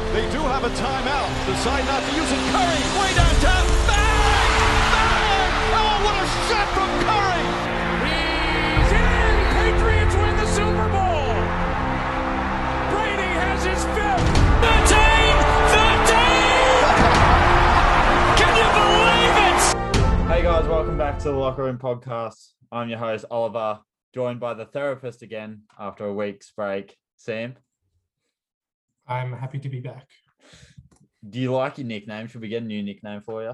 a timeout. Decide not to use it. Curry, way downtown. Bang! Bang! Oh, what a shot from Curry! He's in! Patriots win the Super Bowl! Brady has his fifth! 13! 13! Can you believe it? Hey guys, welcome back to the Locker Room Podcast. I'm your host, Oliver, joined by the therapist again after a week's break. Sam, I'm happy to be back. do you like your nickname? Should we get a new nickname for you?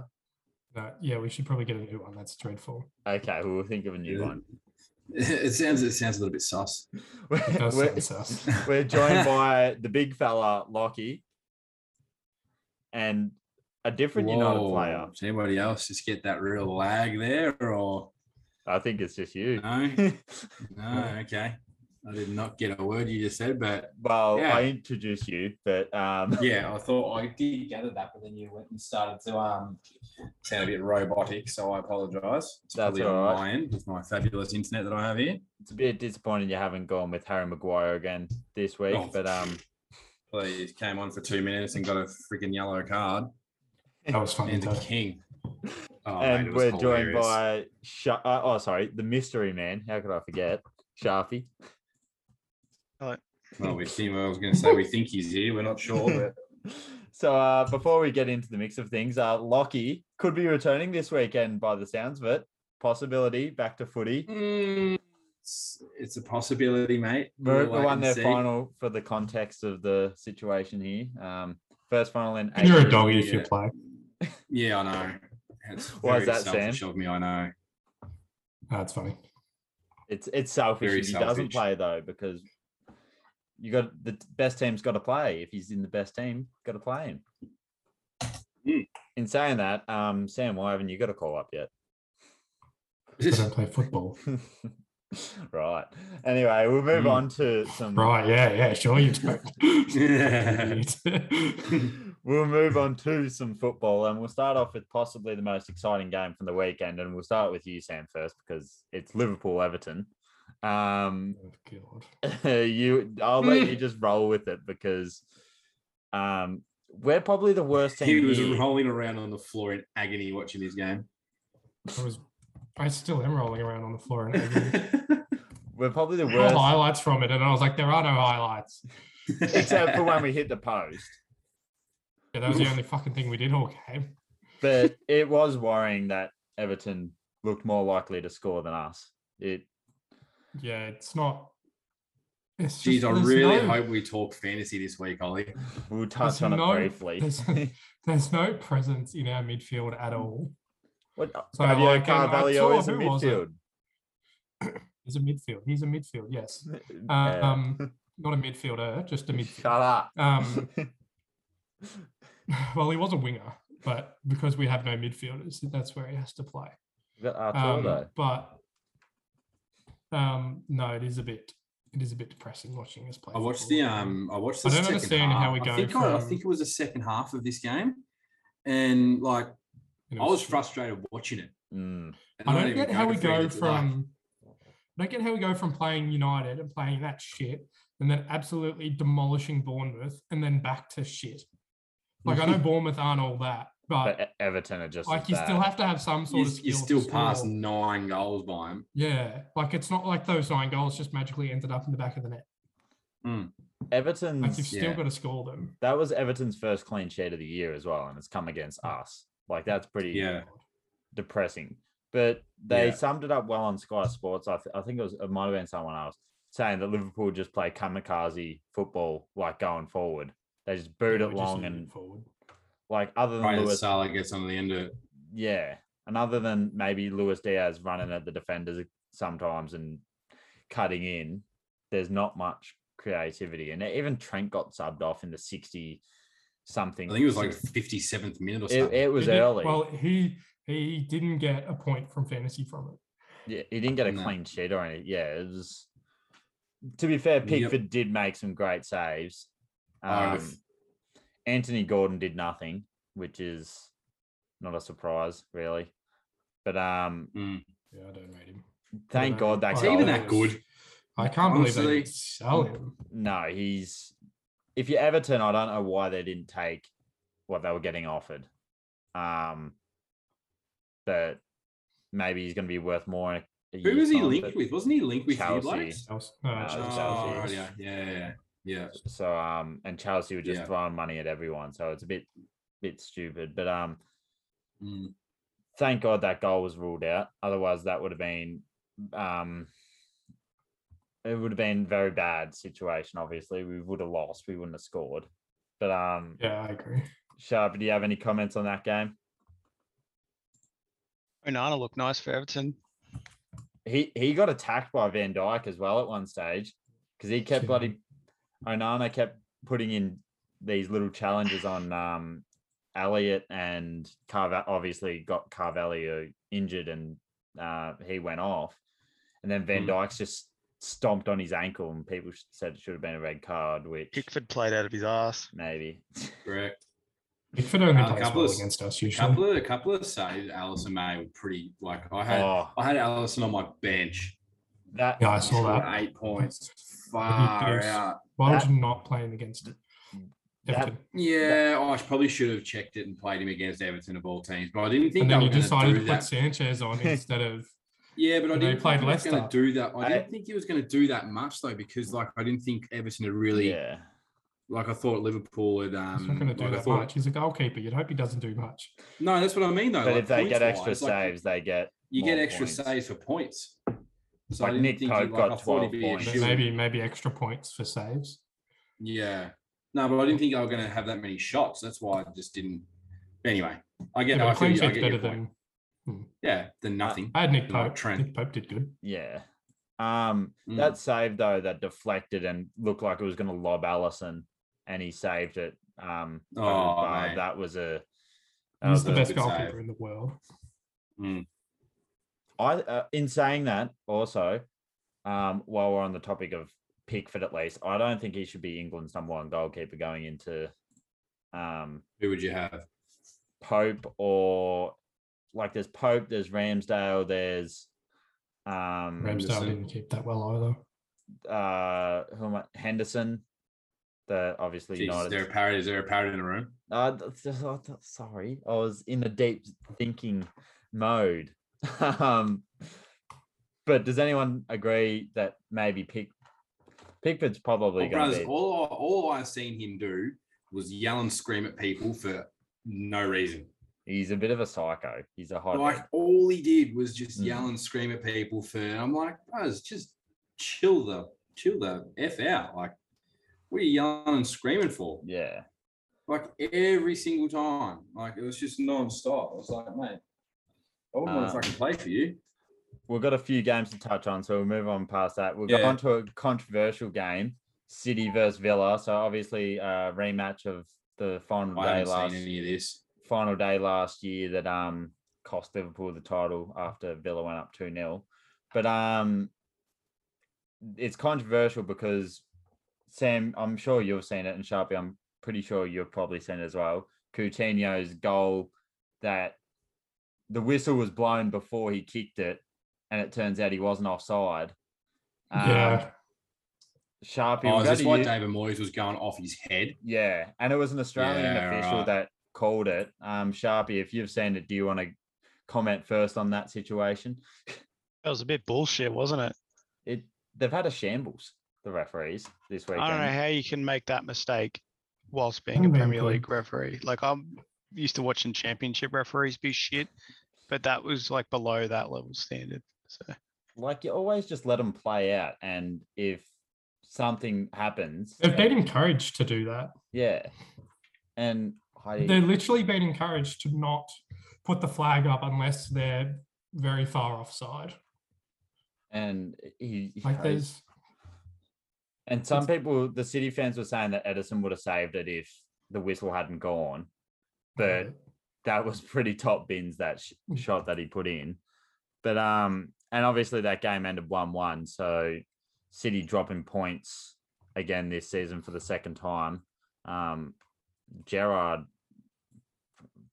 No, Uh, yeah, we should probably get a new one. That's dreadful. Okay, well, we'll think of a new Yeah. one. It sounds it sounds a little bit sus. We're, does we're- sound sus. we're joined by the big fella, Lockie, and a different United Whoa. player. Does anybody else just get that real lag there, or I think it's just you. No. no? Okay, I did not get a word you just said, but well, Yeah. I introduced you, but um, yeah, I thought I did gather that, but then you went and started to um sound a bit robotic, so I apologise. It's That's probably all on right. my end with my fabulous internet that I have here. it's a bit disappointing you haven't gone with Harry Maguire again this week. Oh. But um, Please came on for two minutes and got a freaking yellow card. That was funny. And the though. king. Oh, mate, and it was we're joined hilarious. by Sha- uh, oh sorry the mystery man how could i forget shafi Well, we think I was going to say we think he's here. We're not sure, but so uh before we get into the mix of things uh lockie could be returning this weekend by the sounds of it possibility back to footy Mm, it's, it's a possibility, mate. we're, We'll we wait won and their see. final for the context of the situation here um first final in eight You're a years. doggy if you yeah. play. Yeah, I know. It's Why is very that, Sam? selfish of me. I know. That's funny. it's it's selfish Very if he doesn't selfish. play though because you got the t- best team's got to play. If he's in the best team, got to play him. Mm. In saying that, um, Sam, why haven't you got a call up yet? I don't play football. right. Anyway, we'll move Mm. on to some. Right? Yeah, yeah. Sure, you don't. Idiot. Oh, we'll move on to some football, and we'll start off with possibly the most exciting game from the weekend, and we'll start with you, Sam, first because it's Liverpool Everton. Um, Oh, God. you, I'll let you just roll with it because, um, we're probably the worst team. he was here. rolling around on the floor in agony watching this game. I was. I still am rolling around on the floor and everything. yeah, We're probably the All worst, highlights from it, and I was like, there are no highlights. except for when we hit the post. Yeah, that was the only fucking thing we did all game. But it was worrying that Everton looked more likely to score than us. It Yeah, it's not. It's just- Jeez, I there's really no- hope we talk fantasy this week, Ollie. we'll touch on no- it briefly. there's- there's no presence in our midfield Mm. at all. what So, Fabio like, um, I Carvalho saw- is a who was it? midfield. He's a midfield. He's a midfield. Yes. Uh, Um, not a midfielder, just a midfield. Shut up. Um, well, he was a winger, but because we have no midfielders, that's where he has to play. We've got Um, Arturo. but um, no, it is a bit. It is a bit depressing watching us play. I watched the football. um I watched I the don't second understand half. how we go I think, I, I from- think it was the second half of this game. And like And it I was frustrated watching it. Mm. And I don't didn't get even how to we three go minutes of luck. from. I don't get how we go from playing United and playing that shit, and then absolutely demolishing Bournemouth, and then back to shit. Like I know Bournemouth aren't all that, but But E- Everton are just like as you still bad. have to have some you, sort of skill. you to still score. pass nine goals by him. Yeah, like it's not like those nine goals just magically ended up in the back of the net. Like you've Everton's still Yeah. got to score them. that was Everton's first clean sheet of the year as well, and it's come against us. Like that's pretty Mm. Yeah. depressing. But they Yeah. summed it up well on Sky Sports. I, th- I think it was it might have been someone else saying that Liverpool just play kamikaze football, like going forward. They just boot Yeah, it we just long need to and move forward. like other than Right as Lewis, Salah gets on the end of it. yeah, and other than maybe Luis Diaz running at the defenders sometimes and cutting in, there's not much creativity. And even Trent got subbed off in the sixty I something. think it was like 57th minute or it, something. it was He did- early. Well, he he didn't get a point from fantasy from it. Yeah, he didn't get a No. clean sheet or anything. Yeah, it was. To be fair, Yep. Pickford did make some great saves. Oh, Um, if- Anthony Gordon did nothing, which is not a surprise, really. But um, Mm. Yeah, I don't rate him. thank know. God that Is Is he he goal. even that good? I can't believe they Honestly. didn't sell him. No, he's. If you're Everton, I don't know why they didn't take what they were getting offered. Um, that maybe he's going to be worth more. In a, a Who year's was he time, linked but- with? Wasn't he linked with Chelsea. Headlights? Else- no, No, Oh, Uh, Chelsea. Chelsea. right, yeah, yeah, yeah, yeah. So um, and Chelsea were just Yeah. throwing money at everyone, so it's a bit, bit stupid. But um, Mm. thank God that goal was ruled out. Otherwise, that would have been, um, it would have been very bad situation. Obviously, we would have lost. We wouldn't have scored. But um, yeah, I agree. Sharp, do you have any comments on that game? Onana looked nice for Everton. He he got attacked by Van Dyke as well at one stage because he kept Yeah. bloody Onana kept putting in these little challenges on um Elliot and Carva obviously got Carvalho injured and uh he went off. And then Van Mm. Dyke's just stomped on his ankle and people sh- said it should have been a red card, which Pickford played out of his ass. maybe. Correct. Pickford only Uh, plays couple well of- against us usually. couple of a couple of saves Allison May were pretty like I had Oh, I had Allison on my bench. that yeah, I saw Scored that. Eight points. Far deuce. out. Why that- would you not play him against that- Everton? Yeah, I sh- probably should have checked it and played him against Everton of all teams, but I didn't think and they then were you going decided to to do put that. Sanchez on instead of Yeah, but I They didn't played think he was going to Leicester. do that. I I- didn't think he was going to do that much though, because like I didn't think Everton had really yeah. like I thought Liverpool had. he's not Um, going to do like I that thought- much. He's a goalkeeper. You'd hope he doesn't do much. No, that's what I mean though. But like, if they get extra points-wise, like, saves, they get you get more extra points. saves for points. So Like I didn't Nick think Pope he, like, got I thought he'd 12 be a points. But shoe-in. maybe maybe extra points for saves. Yeah. No, but I didn't think they were going to have that many shots. That's why I just didn't. Anyway, I Yeah, get. but I feel clean you- I sheet's get your better point. than. Yeah, than nothing. Uh, I had Nick No, Pope. Trent. Nick Pope did good. Yeah. Um, Mm. that save though that deflected and looked like it was going to lob Allison, and he saved it. Um, over the Oh, bar. mate. that was a. that He's was the a- best good save. goalkeeper in the world. I uh, in saying that also, um, while we're on the topic of Pickford, at least I don't think he should be England's number one goalkeeper going into, um, Who would you have? Pope or like there's Pope, there's Ramsdale, there's, Mm, um, Ramsdale Henderson. didn't keep that well either. uh, who am I? Henderson, the obviously Jeez, is United. there a parrot? Is there a parrot in the room? Uh, th- th- oh, th- sorry, I was in a deep thinking mode. um, but does anyone agree that maybe Pick Pickford's probably going Oh, to brothers, be? all I- all I've seen him do was yell and scream at people for no reason. He's a bit of a psycho. He's a hot. Like all he did was just Mm. yell and scream at people for. And I'm like, buzz, just chill the chill the f out. Like, what are you yelling and screaming for? yeah, like every single time. Like it was just non-stop. I was like, mate, I wouldn't want Um, to fucking play for you. we've got a few games to touch on, so we'll move on past that. We'll go Yeah. on to a controversial game, City versus Villa. So obviously, a rematch of the final I day haven't last seen any of this. final day last year that um cost Liverpool the title after Villa went up 2 0. But um it's controversial because Sam, I'm sure you've seen it, and Sharpie, I'm pretty sure you've probably seen it as well. Coutinho's goal that the whistle was blown before he kicked it, and it turns out he wasn't offside. Uh, Um, yeah, Sharpie, Oh, we'll is go this to why you- David Moyes was going off his head? yeah, and it was an Australian Yeah, official right. that called it. Um, Sharpie, if you've seen it, do you want to comment first on that situation? That was a bit bullshit, wasn't it? It they've had a shambles the referees this weekend. I don't know how you can make that mistake whilst Oh, being a man, Premier good. League referee. Like I'm used to watching championship referees be shit, but that was like below that level standard. So Like you always just let them play out, and if something happens, they've been encouraged to do that. yeah, and I, They're literally been encouraged to not put the flag up unless they're very far offside. and he, he- Like there's and some people, the City fans were saying that Edison would have saved it if the whistle hadn't gone, but that was pretty top bins that sh- Mm. shot that he put in. But um, and obviously that game ended one one, so City dropping points again this season for the second time. Um, Gerard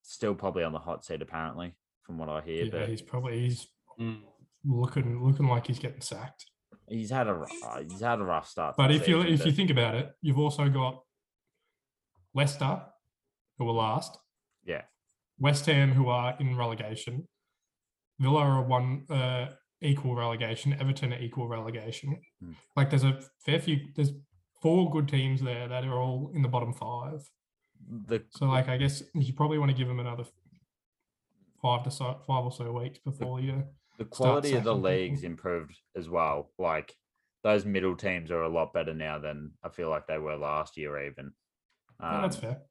still probably on the hot seat apparently, from what I hear. yeah, but he's probably he's Mm. looking looking like he's getting sacked. he's had a r- uh, he's had a rough start. to But the if you season, if you but think about it, you've also got Leicester, who were last. Yeah. West Ham, who are in relegation. Villa are one uh, equal relegation. Everton are equal relegation. Mm. Like there's a fair few. There's four good teams there that are all in the bottom five. The So like I guess you probably want to give them another five to so, five or so weeks before you. the start quality of the sacking people. league's improved as well. Like those middle teams are a lot better now than I feel like they were last year, even. No, that's Um, fair.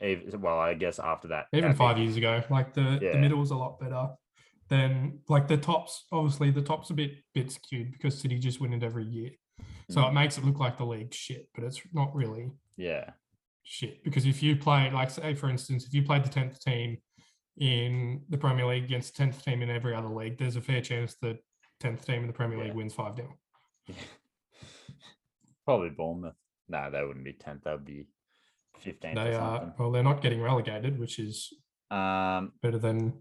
ev- well, I guess after that, Even that five big- years ago, like the Yeah. the middle's a lot better than like the tops. Obviously, the tops a bit bit skewed because City just win it every year, so Mm. it makes it look like the league's shit, but it's not really Yeah, shit because if you play like say for instance if you played the 10th team in the premier league against the 10th team in every other league there's a fair chance the 10th team in the premier Yeah. league wins 5 down probably Bournemouth. No, they wouldn't be tenth. That would be fifteenth or they are something. well they're not getting relegated which is Um, better than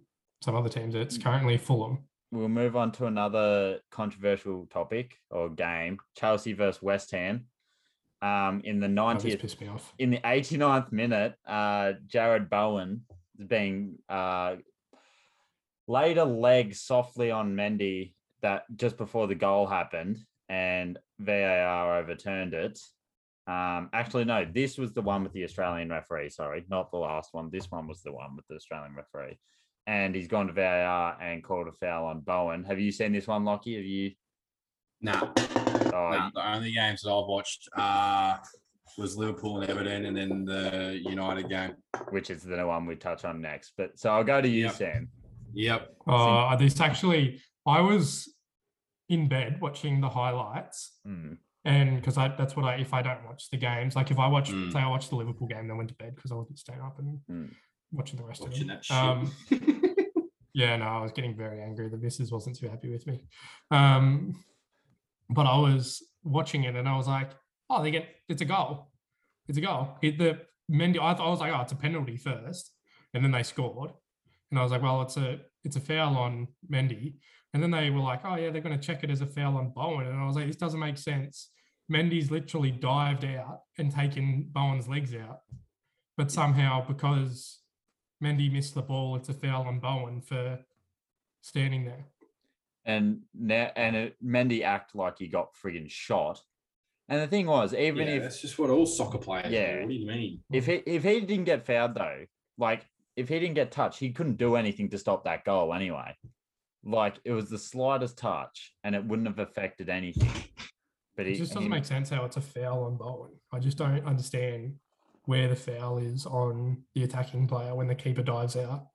some other teams it's currently fulham we'll move on to another controversial topic or game: Chelsea versus West Ham. Um, in the oh, this ninetieth pissed me off in the 89th minute, uh, Jared Bowen is being uh, laid a leg softly on Mendy that just before the goal happened, and VAR overturned it. Um, actually, no, this was the one with the Australian referee. Sorry, not the last one. This one was the one with the Australian referee, and he's gone to VAR and called a foul on Bowen. Have you seen this one, Lockie? Have you? Nah, Oh, nah, the only games that I've watched uh, was Liverpool and Everton, and then the United game. which is the one we touch on next. But so I'll go to you, Yep. Sam. Yep. uh, this actually i was in bed watching the highlights Hmm. and because I that's what I if I don't watch the games, like if I watch Mm. say I watched the Liverpool game, then went to bed because I wasn't staying up and Mm. watching the rest Watching of that it. shit. Um, yeah, no, I was getting very angry. The missus wasn't too happy with me, um, but I was watching it and I was like, oh, they get it's a goal, it's a goal. It, the Mendy, I, th- I was like, oh, it's a penalty first, and then they scored, and I was like, well, it's a it's a foul on Mendy, and then they were like, oh yeah, they're going to check it as a foul on Bowen, and I was like, this doesn't make sense. Mendy's literally dived out and taken Bowen's legs out, but somehow because Mendy missed the ball, it's a foul on Bowen for standing there. and now and it, Mendy act like he got friggin' shot. And the thing was, Yeah, even if that's just what all soccer players Yeah. do. What do you mean? if he if he didn't get fouled though, like if he didn't get touched, he couldn't do anything to stop that goal anyway. Like it was the slightest touch, and it wouldn't have affected anything. But It he, just doesn't him- make sense how it's a foul on Bowen. I just don't understand where the foul is on the attacking player when the keeper dives out.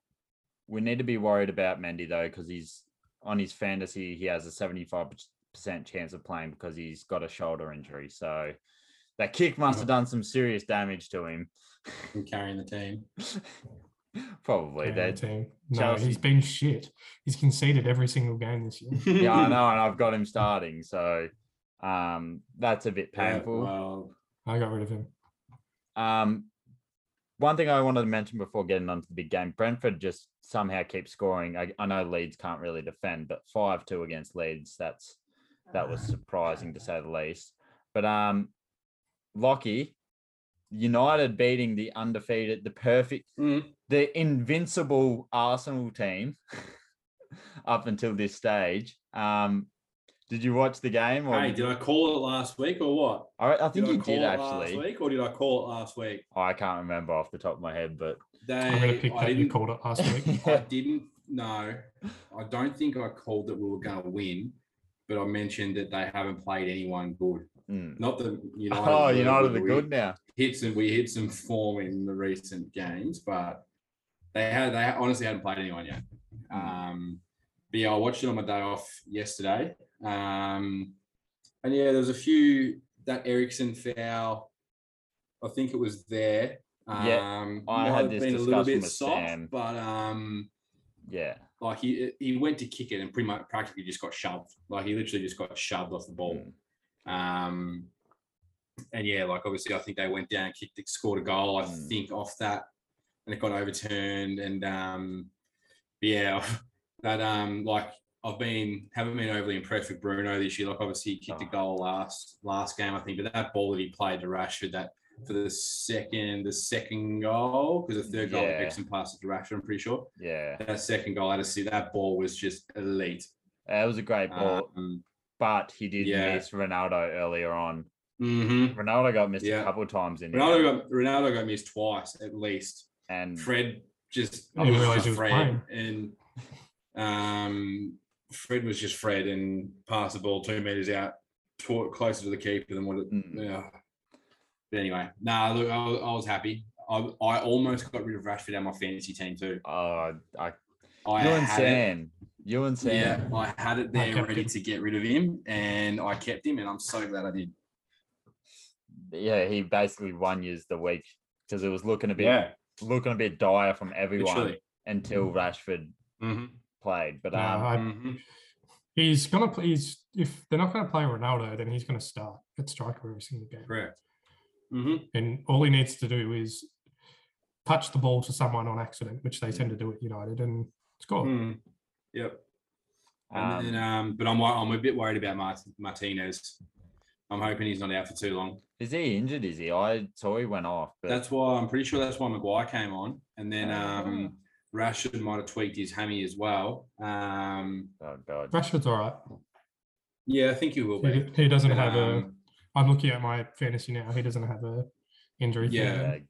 we need to be worried about Mendy though, because he's on his fantasy. He has a seventy-five percent chance of playing because he's got a shoulder injury. So that kick must have done some serious damage to him. I'm carrying the team. Probably. Yeah, They, team. No, Chelsea- he's been shit. He's conceded every single game this year. yeah, I know, and I've got him starting, so um, that's a bit painful. well, I got rid of him. Um, one thing I wanted to mention before getting onto the big game, Brentford just somehow keeps scoring. I, I know Leeds can't really defend, but five two against Leeds, that's that was surprising to say the least. But um, Lockie, United beating the undefeated, the perfect, Mm. the invincible Arsenal team up until this stage. Um, did you watch the game? Or hey, did you- did I call it last week or what? I, I think you call did it last actually. week, or did I call it last week? Oh, I can't remember off the top of my head, but They, I'm going to pick I that you didn't called it last week. I didn't know. I don't think I called that we were going to win, but I mentioned that they haven't played anyone good. Mm. Not the United. oh, were, United but are we good now. Hit some, we hit some form in the recent games, but they had they honestly hadn't played anyone yet. Mm-hmm. Um, but yeah, I watched it on my day off yesterday, um, and yeah, there was a few that Ericsson foul. I think it was there. Um, Yeah, I might had have this been a little discussion bit with soft, Sam. but um, Yeah. like he he went to kick it and pretty much practically just got shoved. Like he literally just got shoved off the ball. Mm. Um, and yeah, like obviously I think they went down, kicked, it, scored a goal. I Mm. think off that, and it got overturned. And um, yeah, that um, like I've been haven't been overly impressed with Bruno this year. Like obviously he kicked a Oh. goal last last game I think, but that ball that he played to Rashford that for the second the second goal because the third goal Yeah. Exxon passed the direction. I'm pretty sure Yeah, that second goal. I just see that ball was just elite. that was a great ball, Um, but he did yeah. miss Ronaldo earlier on. mhm. Ronaldo got missed a Yeah. couple times in Ronaldo there, got Ronaldo got missed twice at least. and Fred just I didn't realise just he was Fred and um, Fred was just Fred and passed the ball two meters out, tw- closer to the keeper than what it. Mm. Yeah. But anyway, nah, look, I was, I was happy. I, I almost got rid of Rashford out of my fantasy team too. uh, I, I you and had it. San, you and San. Yeah, I had it I there kept ready him. to get rid of him, and I kept him, and I'm so glad I did. yeah, he basically won you the week because it was looking a bit looking a bit dire from everyone literally. until Rashford Mhm, played. But No, um, I- mhm. uh, he's gonna play. He's, if they're not gonna play Ronaldo, then he's gonna start at striker every single game. Correct. hmm And all he needs to do is touch the ball to someone on accident, which Mm. they tend to do at United, and score. Mm-hmm. Yep. And um, then, um, but I'm wor- I'm a bit worried about Mart- Martinez. I'm hoping he's not out for too long. is he injured? Is he? I saw he went off, but That's why I'm pretty sure that's why Maguire came on, and then Ah. um, Rashford might have tweaked his hammy as well. Um, oh god, Rashford's all right. yeah, I think he will He, be. he doesn't But, have a. um, I'm looking at my fantasy now. He doesn't have a injury. thing Yeah. there. yeah,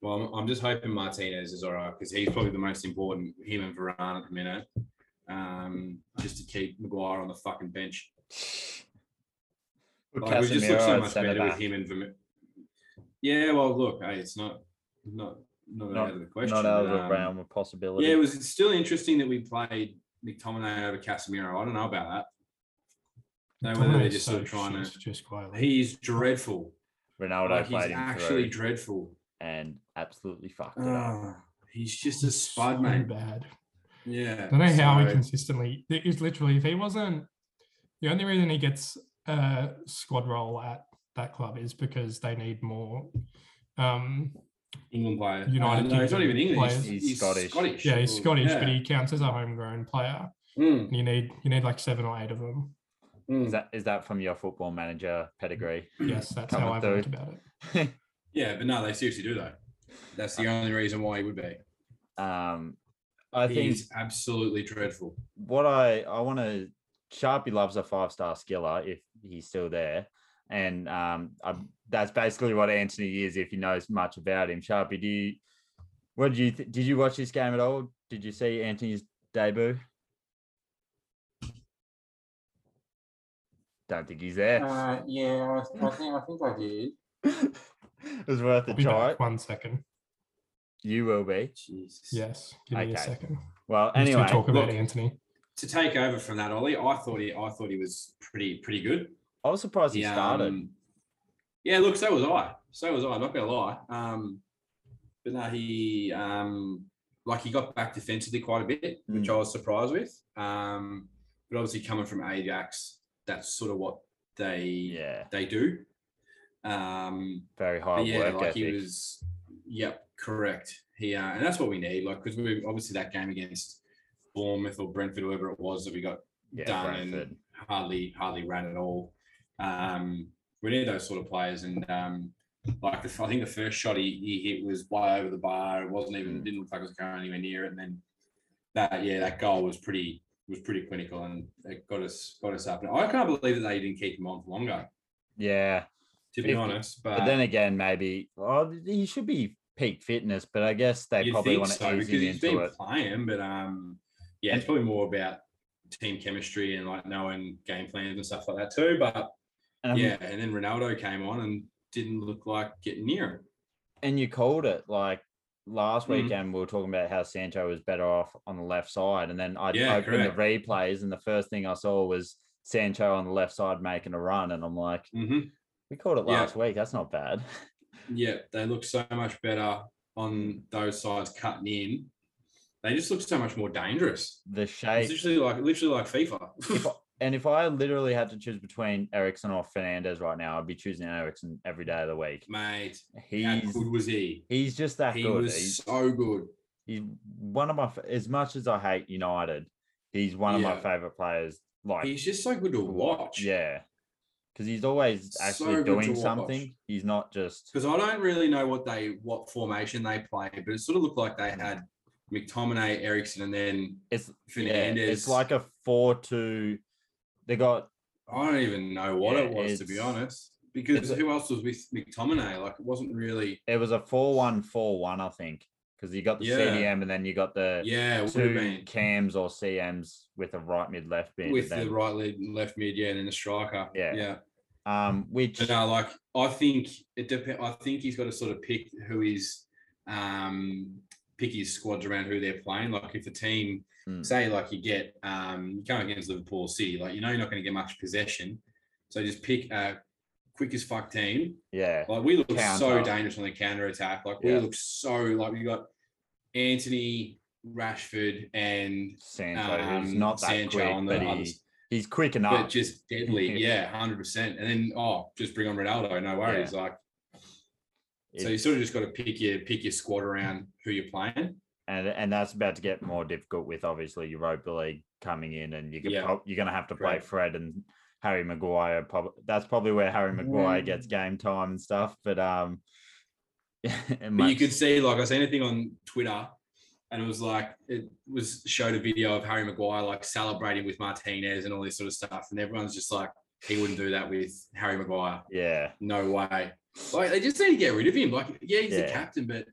Well, I'm, I'm just hoping Martinez is all right because he's probably the most important. Him and Varane at the minute, um, just to keep Maguire on the fucking bench. Put Like, we just look Casemiro so at much centre better with back. him and Verme- Yeah, well, look, hey, it's not not not, Not- out of the question. not out of but, the um, realm of possibility. Yeah, it was still interesting that we played McTominay over Casemiro. I don't know about that. No, whether they're Domino's just sort of so trying shit, to. just quietly. He is dreadful. Ronaldo Like, he's played him actually through dreadful. and absolutely fucked it up. Ah, he's just a He's spud, so mate. Bad. Yeah. I don't know how he so- consistently. there is literally if he wasn't the only reason he gets a squad role at that club is because they need more. Um, England player. United no, he's not Kingdom even English. players. He's, He's Scottish. Scottish. yeah, he's or- Scottish, yeah. but he counts as a homegrown player. Mm, And you need you need like seven or eight of them. mm. Is that is that from your football manager pedigree? Yes, that's Coming how I've learned through. about it. Yeah, but no, they seriously do though. That's the only reason why he would be. um, I think He's absolutely dreadful. what I I want to Sharpie loves a five star skiller if he's still there, and um, I, that's basically what Anthony is if he knows much about him. Sharpie, do you what did you th- did you watch this game at all? Did you see Anthony's debut? Don't think he's there. Uh, yeah, I, I think I think I did. it was worth a I'll be try. back one second. You will be. Jesus. Yes, give me a Okay. second. Well, You two anyway, talk about look, Anthony. To take over from that, Ollie, I thought he I thought he was pretty pretty good. I was surprised he started. um, yeah, look, so was I. So was I. Not gonna lie. Um, but no, he um, like he got back defensively quite a bit, which I was surprised with. Um, but obviously coming from Ajax, that's sort of what they Yeah, they do. Um, very high but yeah, work like ethic. he was. Yep, correct. He uh, and that's what we need. Like because we obviously that game against Bournemouth or Brentford, whoever it was, that we got yeah, done and- Brentford. hardly hardly ran at all. Um, we need those sort of players, and um, like the, I think the first shot he, he hit was way over the bar. It wasn't even Mm. didn't look like it was going anywhere near it. And then that yeah, that goal was pretty was pretty clinical, and it got us got us up. And I can't believe that they didn't keep him on for longer. yeah. To be Fifty. honest, but, But then again, maybe oh, he should be peak fitness, but I guess they you probably think want to so ease because him he's been into it. playing, but um, yeah, it's probably more about team chemistry and like knowing game plans and stuff like that too. But And, um, yeah, and then Ronaldo came on and didn't look like getting near him. and you called it like last Mhm. weekend. We were talking about how Sancho was better off on the left side, and then I Yeah, opened the replays, and the first thing I saw was Sancho on the left side making a run, and I'm like, Mm-hmm. we called it Yeah. last week. That's not bad. Yeah, they look so much better on those sides cutting in. They just look so much more dangerous. The It's shape literally like literally like FIFA. And if I literally had to choose between Ericsson or Fernandez right now, I'd be choosing Ericsson every day of the week. Mate, how He's good was he? he's just that He good. was He's, so good. he's one of my f- as much as I hate United, he's one of my Yeah. favorite players. Like He's just so good to watch. yeah, because he's always So actually good to doing watch. something. He's not just Because I don't really know what they what formation they play, but it sort of looked like they had McTominay, Ericsson, and then it's yeah, Fernandez. it's like a four two. They got I don't even know what it Yeah, was to be it's- honest. Because it's- who else was with McTominay? Like it wasn't really. it was a four one four one, I think, because you got the Yeah. CDM and then you got the Yeah, it would have two been cams or CMs with a right mid left mid. with then. the right leg, left mid, yeah, and then a striker. Yeah. yeah. um, which But no, like I think it depends. I think he's got to sort of pick who he's um, pick his squads around who they're playing. Like if the team Mm. say like you get um, you come against Liverpool City, like you know you're not going to get much possession, so just pick a quick as fuck team. yeah, Like we look so Counter. dangerous on the counter attack. Like Yeah. we look so like we got Anthony Rashford and Sancho um, who's not that Sancho on quick, the but he, others he's quick enough. but just deadly. Yeah, hundred percent. And then oh, just bring on Ronaldo. No worries. Like so, you It's- sort of just got to pick your pick your squad around who you're playing. and and that's about to get more difficult with obviously Europa League coming in, and you could Yeah. prob- you're going to have to play Correct. Fred and Harry Maguire. Probably that's probably where Harry Maguire gets game time and stuff. But um, and But you Max- could see, like, I seen anything on Twitter, and it was like it was showed a video of Harry Maguire like celebrating with Martinez and all this sort of stuff, and everyone's just like, he wouldn't do that with Harry Maguire. yeah, No way. Like they just need to get rid of him. Like, yeah, he's the Yeah. captain, but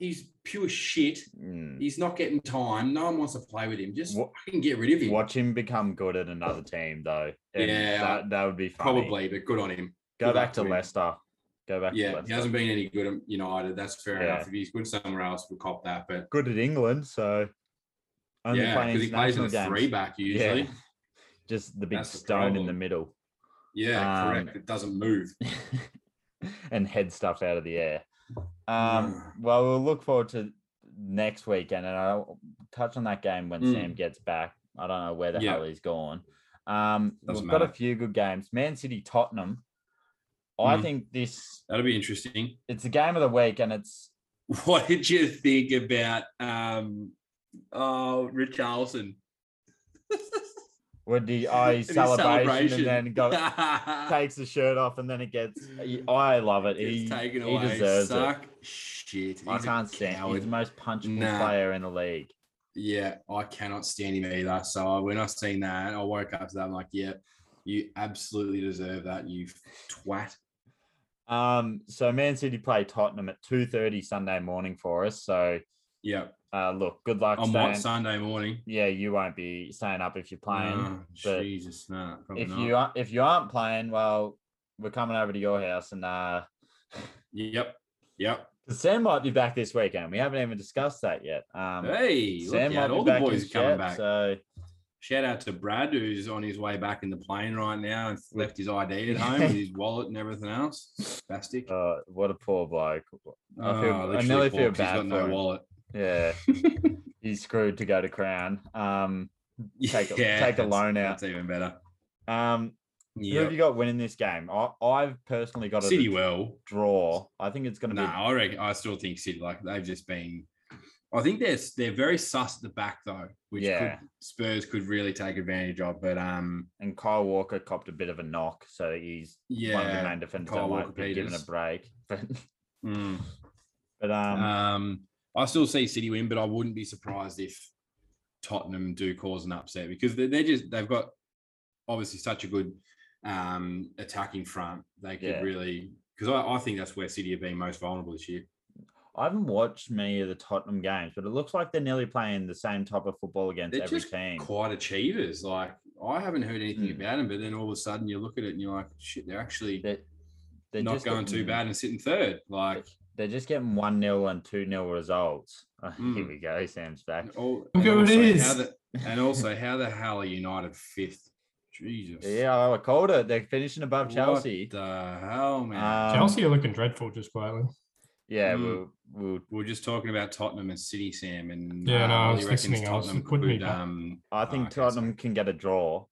he's pure shit. mm. He's not getting time. No one wants to play with him. Just Wha- fucking get rid of him. watch him become good at another team though. and Yeah, that, that would be funny. Probably, but good on him. go good back luck to to him. Leicester. Go back to Yeah, he Leicester. hasn't been any good at United. That's fair Yeah. enough. If he's good somewhere else, we'll cop that. But good at England, so only yeah, playing because he plays international in the games. three back usually. Yeah. Just the big That's the stone in the problem. middle. Yeah, Um, correct. It doesn't move. and head stuff out of the air. Um, well, we'll look forward to next weekend, and I'll touch on that game when Mm. Sam gets back. I don't know where the Yeah. hell he's gone. Um, Doesn't we've got a matter. few good games. Man City, Tottenham. I Mhm. think this That'll be interesting. it's the game of the week, and it's What did you think about um oh Rich Allison? would the I celebration, and then got takes the shirt off, and then it gets. I love it. He, taken he deserves it. Shit. I can't stand. He's the most punchable Nah. player in the league. Yeah, I cannot stand him either. So I, when I seen that, I woke up to that. I'm like, yeah, you absolutely deserve that, you twat. Um, so Man City play Tottenham at two thirty Sunday morning for us. So Yeah, uh, look, good luck. on staying- what Sunday morning? yeah, you won't be staying up if you're playing. Oh, but Jesus, no, probably if not. you are, if you aren't playing, well, we're coming over to your house, and uh, yep, yep. 'cause Sam might be back this weekend. We haven't even discussed that yet. Um, hey, look Sam might out, be all the back in boys are coming shape, back. So Shout out to Brad who's on his way back in the plane right now and left his ID at home with his wallet and everything else. Spastic. Ah, uh, what a poor bloke. I feel- I literally nearly feel forked. He's bad got for no him. wallet. Yeah, he's screwed to go to Crown. Um, Take a- Yeah, take a that's- loan out. That's even better. um, who have Yeah, you got winning this game? I, I've personally got it City a well. draw. I think it's going to No, be I reckon I still think City like they've just been. I think they're they're very sus at the back though, which Yeah. could, Spurs could really take advantage of. But um, and Kyle Walker copped a bit of a knock, so he's one of the yeah, main defenders Kyle that might Walker be given a Peters. break. But mm, but um, um, I still see City win, but I wouldn't be surprised if Tottenham do cause an upset because they're, they're just they've got obviously such a good um attacking front. They could Yeah. really because I, I think that's where City have been most vulnerable this year. I haven't watched many of the Tottenham games, but it looks like they're nearly playing the same type of football against They're every just team. quite achievers. Like I haven't heard anything Mm. about them, but then all of a sudden you look at it and you're like, shit, they're actually They're, they're not just going too getting- bad and sitting third. Like They're just getting one 0 and two 0 results. Here Mm. we go. Sam's back. and all, Look and who it also is. how the- and also how the hell are United fifth? Jesus. Yeah, I called it. They're finishing above What Chelsea. the hell, man. Um, Chelsea are looking dreadful, just quietly. Yeah, Mm. we'll we'll. we are just talking about Tottenham and City, Sam, and uh, Yeah, no, I Ollie was listening, I was putting me back. um, I think okay, sorry. Tottenham can get a draw,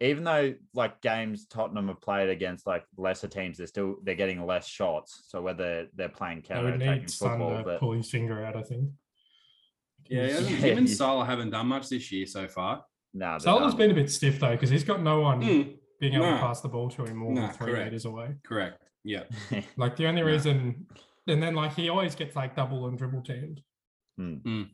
even though like games Tottenham have played against like lesser teams, they're still they're getting less shots. So whether they're playing They counter would attacking need Sun football, to but pull his finger out, I think. Yeah, He's- hasn't- Yeah, him and you- Salah haven't done much this year so far. nah, they're Salah's done. been a bit stiff though because he's got no one. Mm. being able to No. pass the ball to him more No, than three correct. meters away. Correct. Yeah. Like the only No. reason, and then like he always gets like double and dribble teamed. Mm. Mm.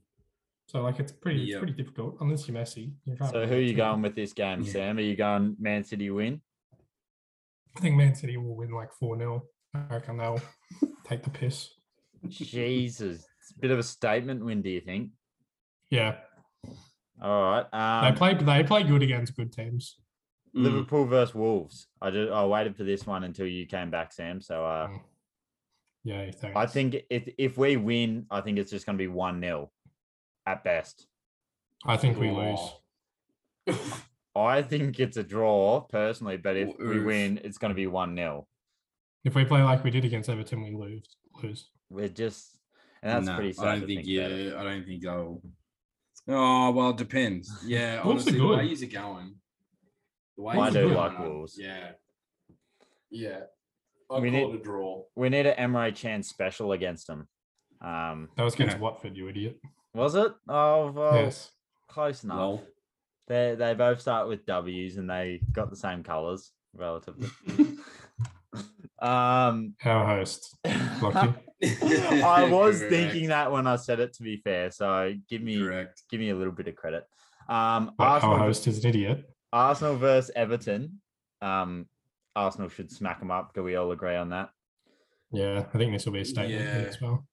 So like it's pretty it's Yep. pretty difficult unless you're Messi. You can't so really who are you do going that. with this game, Yeah. Sam? Are you going Man City win? I think Man City will win like four 0 I reckon they'll take the piss. Jesus, it's a bit of a statement win. Do you think? Yeah, All right. Um, they play they play good against good teams. Mm. Liverpool versus Wolves. I did. I waited for this one until you came back, Sam. So uh, Mm. Yeah, thanks. I think if if we win, I think it's just going to be one 0 at best. I think we lose. I think it's a draw personally, but if we Oof. win, it's going to be one 0 If we play like we did against Everton, we lose. Lose. We're just, and that's Nah, pretty sad. I don't to think. about it. yeah. I don't think I'll. Oh well, it depends. Yeah. Wolves are honestly, the good. way he's going. The way I he's do going like on, Wolves. Yeah. Yeah. I We we need- call it a draw. We need an Emre Chan special against them. Um, That was against Yeah. Watford, you idiot. was it? Oh, well, Yes. close enough. Lol. They they both start with W's and they got the same colours relatively. um, Our host. Lucky. I was Correct. thinking that when I said it. To be fair, so give me Correct. give me a little bit of credit. Um, But Arsenal, our v- host is an idiot. Arsenal versus Everton. Um, Arsenal should smack them up. Do we all agree on that? Yeah, I think this will be a statement win Yeah. as well.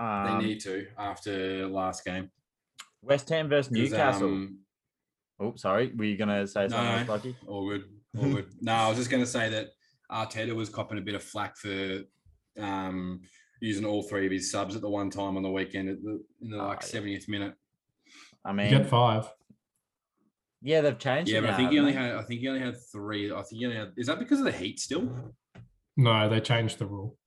They Um, need to after last game. West Ham versus 'Cause, Newcastle. um, oh, sorry, were you gonna say something No. else, Lucky? All good. All good. No, I was just going to say that Arteta was copping a bit of flack for um, using all three of his subs at the one time on the weekend at the, in the Oh, like yeah. 70th minute. I You mean, get five. yeah, they've changed. Yeah, it but I now, think he haven't only they? had. I think he only had three. I think he only had. Is that because of the heat still? No, they changed the rule.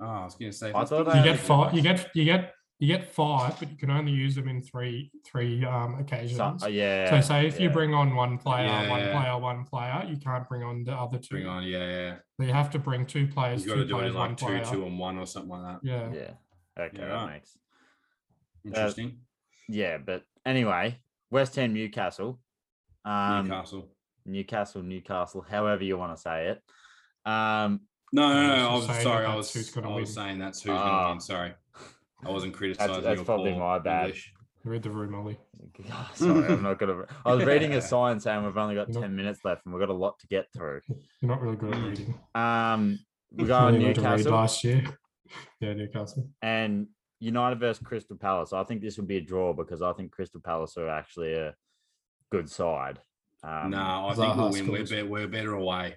Oh, I was going to say. I thought You Uh, get five. You get you get you get five, but you can only use them in three three um, occasions. So- So, oh, yeah. say if you yeah. bring on one player, one Yeah. player, one player, you can't bring on the other two. Bring on, yeah, yeah. So you have to bring two players, You've got to two do it players, in one like two, player. two, and one or something like that. yeah. Yeah. Okay, Yeah, that right. makes. Uh, Interesting. Yeah, but anyway, West Ham, Newcastle, um, Newcastle, Newcastle. Newcastle, however you want to say it. Um, No, I was no, no. I just was saying that sorry. I that's who's was, I gonna was win. Um, saying that's who's Ah. going to win. Sorry, I wasn't criticizing. that's your probably poor my bad. English. Read the room, Ollie. sorry, I'm not gonna. I was reading a sign saying we've only got Nope. ten minutes left and we've got a lot to get through. You're not really good at Mm. reading. Um, we You go on only learned to read Newcastle last year. Yeah, Newcastle. and United versus Crystal Palace. I think this would be a draw because I think Crystal Palace are actually a good side. Um, no, I Zaha think we'll win. We're, scores. be- we're better away.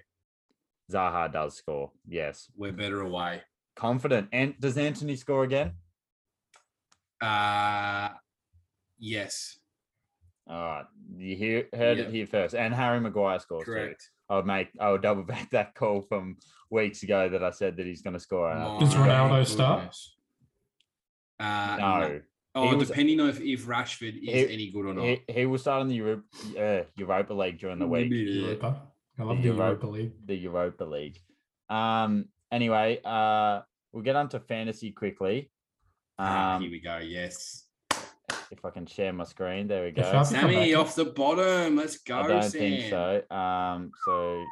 Zaha does score. Yes, We're better away. confident. And does Anthony score again? Uh yes, All right, Ah, you hear, heard Yep. it here first, and Harry Maguire scores. too. correct. I would make, I would double back that call from weeks ago that I said that he's going to score. and I Does think he Ronaldo My start? goodness. Uh, did. no. No, He Oh, was- depending on if, if Rashford is He- any good or not. he, he will start in the Europa, uh, Europa League during the week, Yeah. Europa. I love The the Euro- Europa League. the Europa League. Um. Anyway, uh, we'll get onto fantasy quickly. Ah, Um, here we go. Yes. if I can share my screen, there we If go. that's- Come Sammy back. off the bottom. Let's go, I don't Sam. think so. Um. So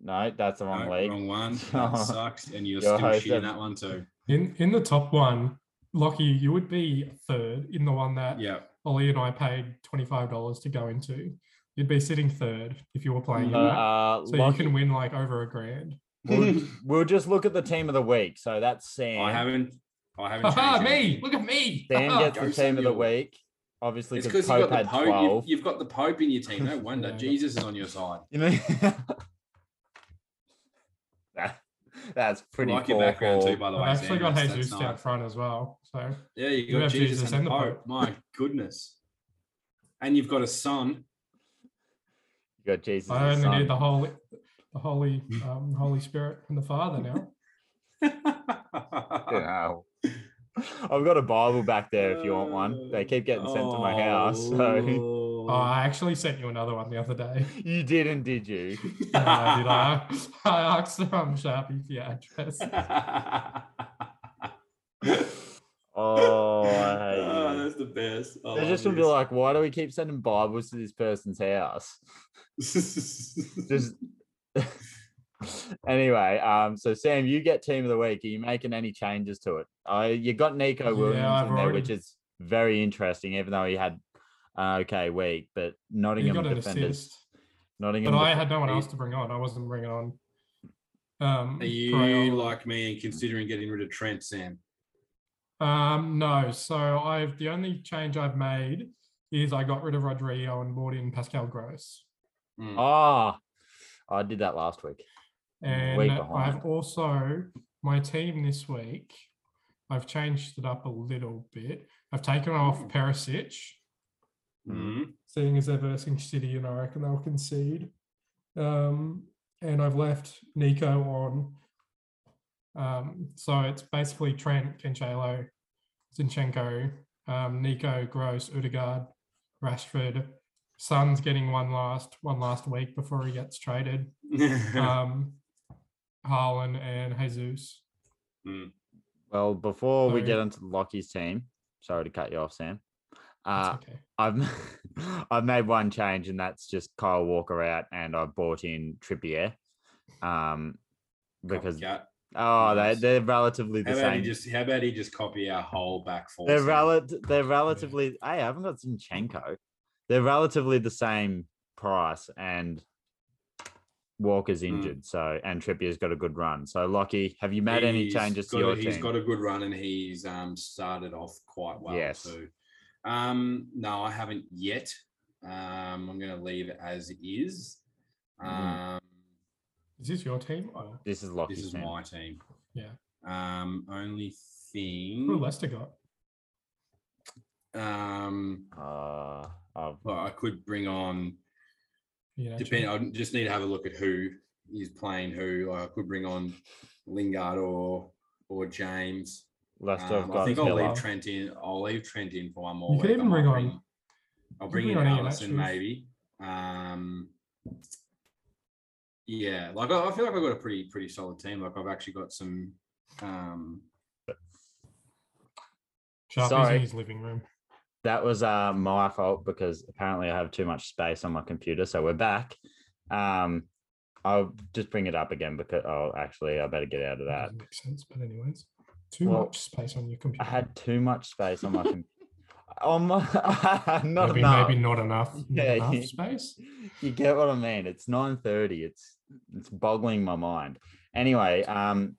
no, that's the wrong No, league. wrong one. That sucks. And you're Your still host shitting of- that one too. In in the top one, Lockie, you would be third in the one that Yeah. Ollie and I paid twenty five dollars to go into. You'd be sitting third if you were playing. in So, that. uh, so you Lockie- can win like over a grand. We'll, we'll just look at the team of the week. So that's Sam. Oh, I haven't. I haven't. Ah, Haha, changed me! anything. Look at me! Sam Haha. gets Go the team of the Samuel. week. Obviously, Ah, It's because because you've Pope got the had Pope. twelve. You've, you've got the Pope in your team. No wonder Yeah. Jesus is on your side. You know- That- that's I pretty like cool. your background too, by the way. I've actually Sam. got That's- that's Jesus down nice. front as well. So Yeah, you got have Jesus, and, the Pope. My goodness. And you've got a son. you got Jesus. I the only Son. need the holy, the holy, um, Holy Spirit and the Father now. Wow. I've got a Bible back there if you want one. They keep getting sent to my house. So Oh, I actually sent you another one the other day. you didn't, did you? Uh, did I? I asked um, Sharpie for your address. Oh, I hate Oh, you. that's the best. Uh, I They're love just gonna be this. like, why do we keep sending Bibles to this person's house? Just anyway, um, so Sam, you get team of the week. Are you making any changes to it? Uh, you got Nico Yeah, Williams I've in there, already- which is very interesting, even though he had uh, okay week, but Nottingham got an defenders. assist. Nottingham But I def- had no one Are you- else to bring on. I wasn't bringing on. Um, Are you Correal. like me and considering getting rid of Trent, Sam? Um, no. So I've the only change I've made is I got rid of Rodrigo and brought in Pascal Gross. Mm. Ah, I did that last week. And Way behind. I've also my team this week. I've changed it up a little bit. I've taken off Hmm. Mm. Perisic, Mm. seeing as they're versing City, and I reckon they'll concede. Um, and I've left Nico on. Um, so it's basically Trent, Cancelo, Zinchenko, um, Nico, Gross, Udegaard, Rashford. Son's getting one last one last week before he gets traded. Mm-hmm. Um, Harlan and Jesus. Well, before we So- get into Lockie's team, sorry to cut you off, Sam. That's Uh, okay. I've I've made one change, and that's just Kyle Walker out, and I bought in Trippier, um, because Copycat. oh, they Yes. they're relatively the how about he same. just how about he just copy our whole back four? they're Sam? rel- they're relatively. Hey, I haven't got Zinchenko. They're relatively the same price, and Hmm. Walker's injured, so and Trippier's got a good run. So, Lockie, have you made any He's changes to got your a, He's team? got a good run and he's um, started off quite well Yes. too. Um, no, I haven't yet. Um, I'm going to leave it as is. Mhm. Um, Is this your team? Oh, This is This Lockie's is team. my team. Yeah. Um, only who thing. Leicester got? Um, Uh, I've well, I could bring on. Yeah, Depend. I just need to have a look at who is playing who. Like, I could bring on Lingard or or James. Leicester have Um, got I think I'll Villa. leave Trent in. I'll leave Trent in for one more. You could week. even I might bring on- I'll you bring could bring in on Ian Allison Ashworth. maybe. Um, yeah, like I, I feel like I've got a pretty pretty solid team. Like I've actually got some. Um, Sharpie's Sorry. in his living room. That was uh, my fault because apparently I have too much space on my computer. So we're back. Um, I'll just bring it up again because oh, actually, I better get out of that. Doesn't make sense, but anyways, too Well, much space on your I computer. had too much space on my computer. On my, not maybe, enough. maybe not enough, not Yeah, enough you- space. You get what I mean? It's nine thirty. It's it's boggling my mind. Anyway, um,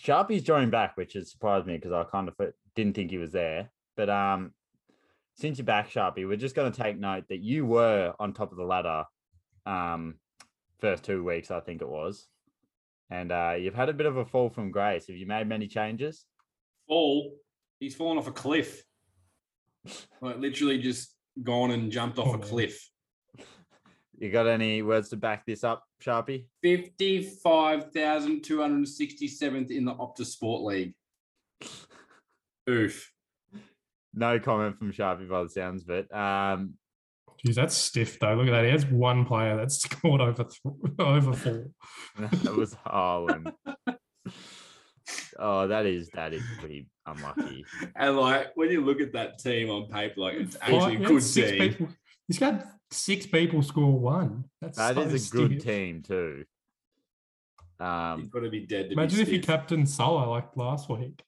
Sharpie's drawing back, which has surprised me because I kind of fe- didn't think he was there. But um, since you're back, Sharpie, we're just going to take note that you were on top of the ladder, um, first two weeks I think it was, and uh, you've had a bit of a fall from grace. Have you made many changes? fall. He's fallen off a cliff. Like literally just gone and jumped off Oh, a man. cliff. You got any words to back this up, Sharpie? Fifty-five thousand two hundred sixty-seventh in the Optus Sport League. Oof. No comment from Sharpie by the sounds, but um, Jeez, that's stiff though. Look at that. He has one player that's scored over th- over four. That was Harlan. oh, that is that is pretty unlucky. And like when you look at that team on paper, like it's Five- actually he a had good six team. people- He's got six people score one. That's That so is a good stiff. team too. Um, You've got to be dead to Imagine be if he stiff. captained Salah like last week.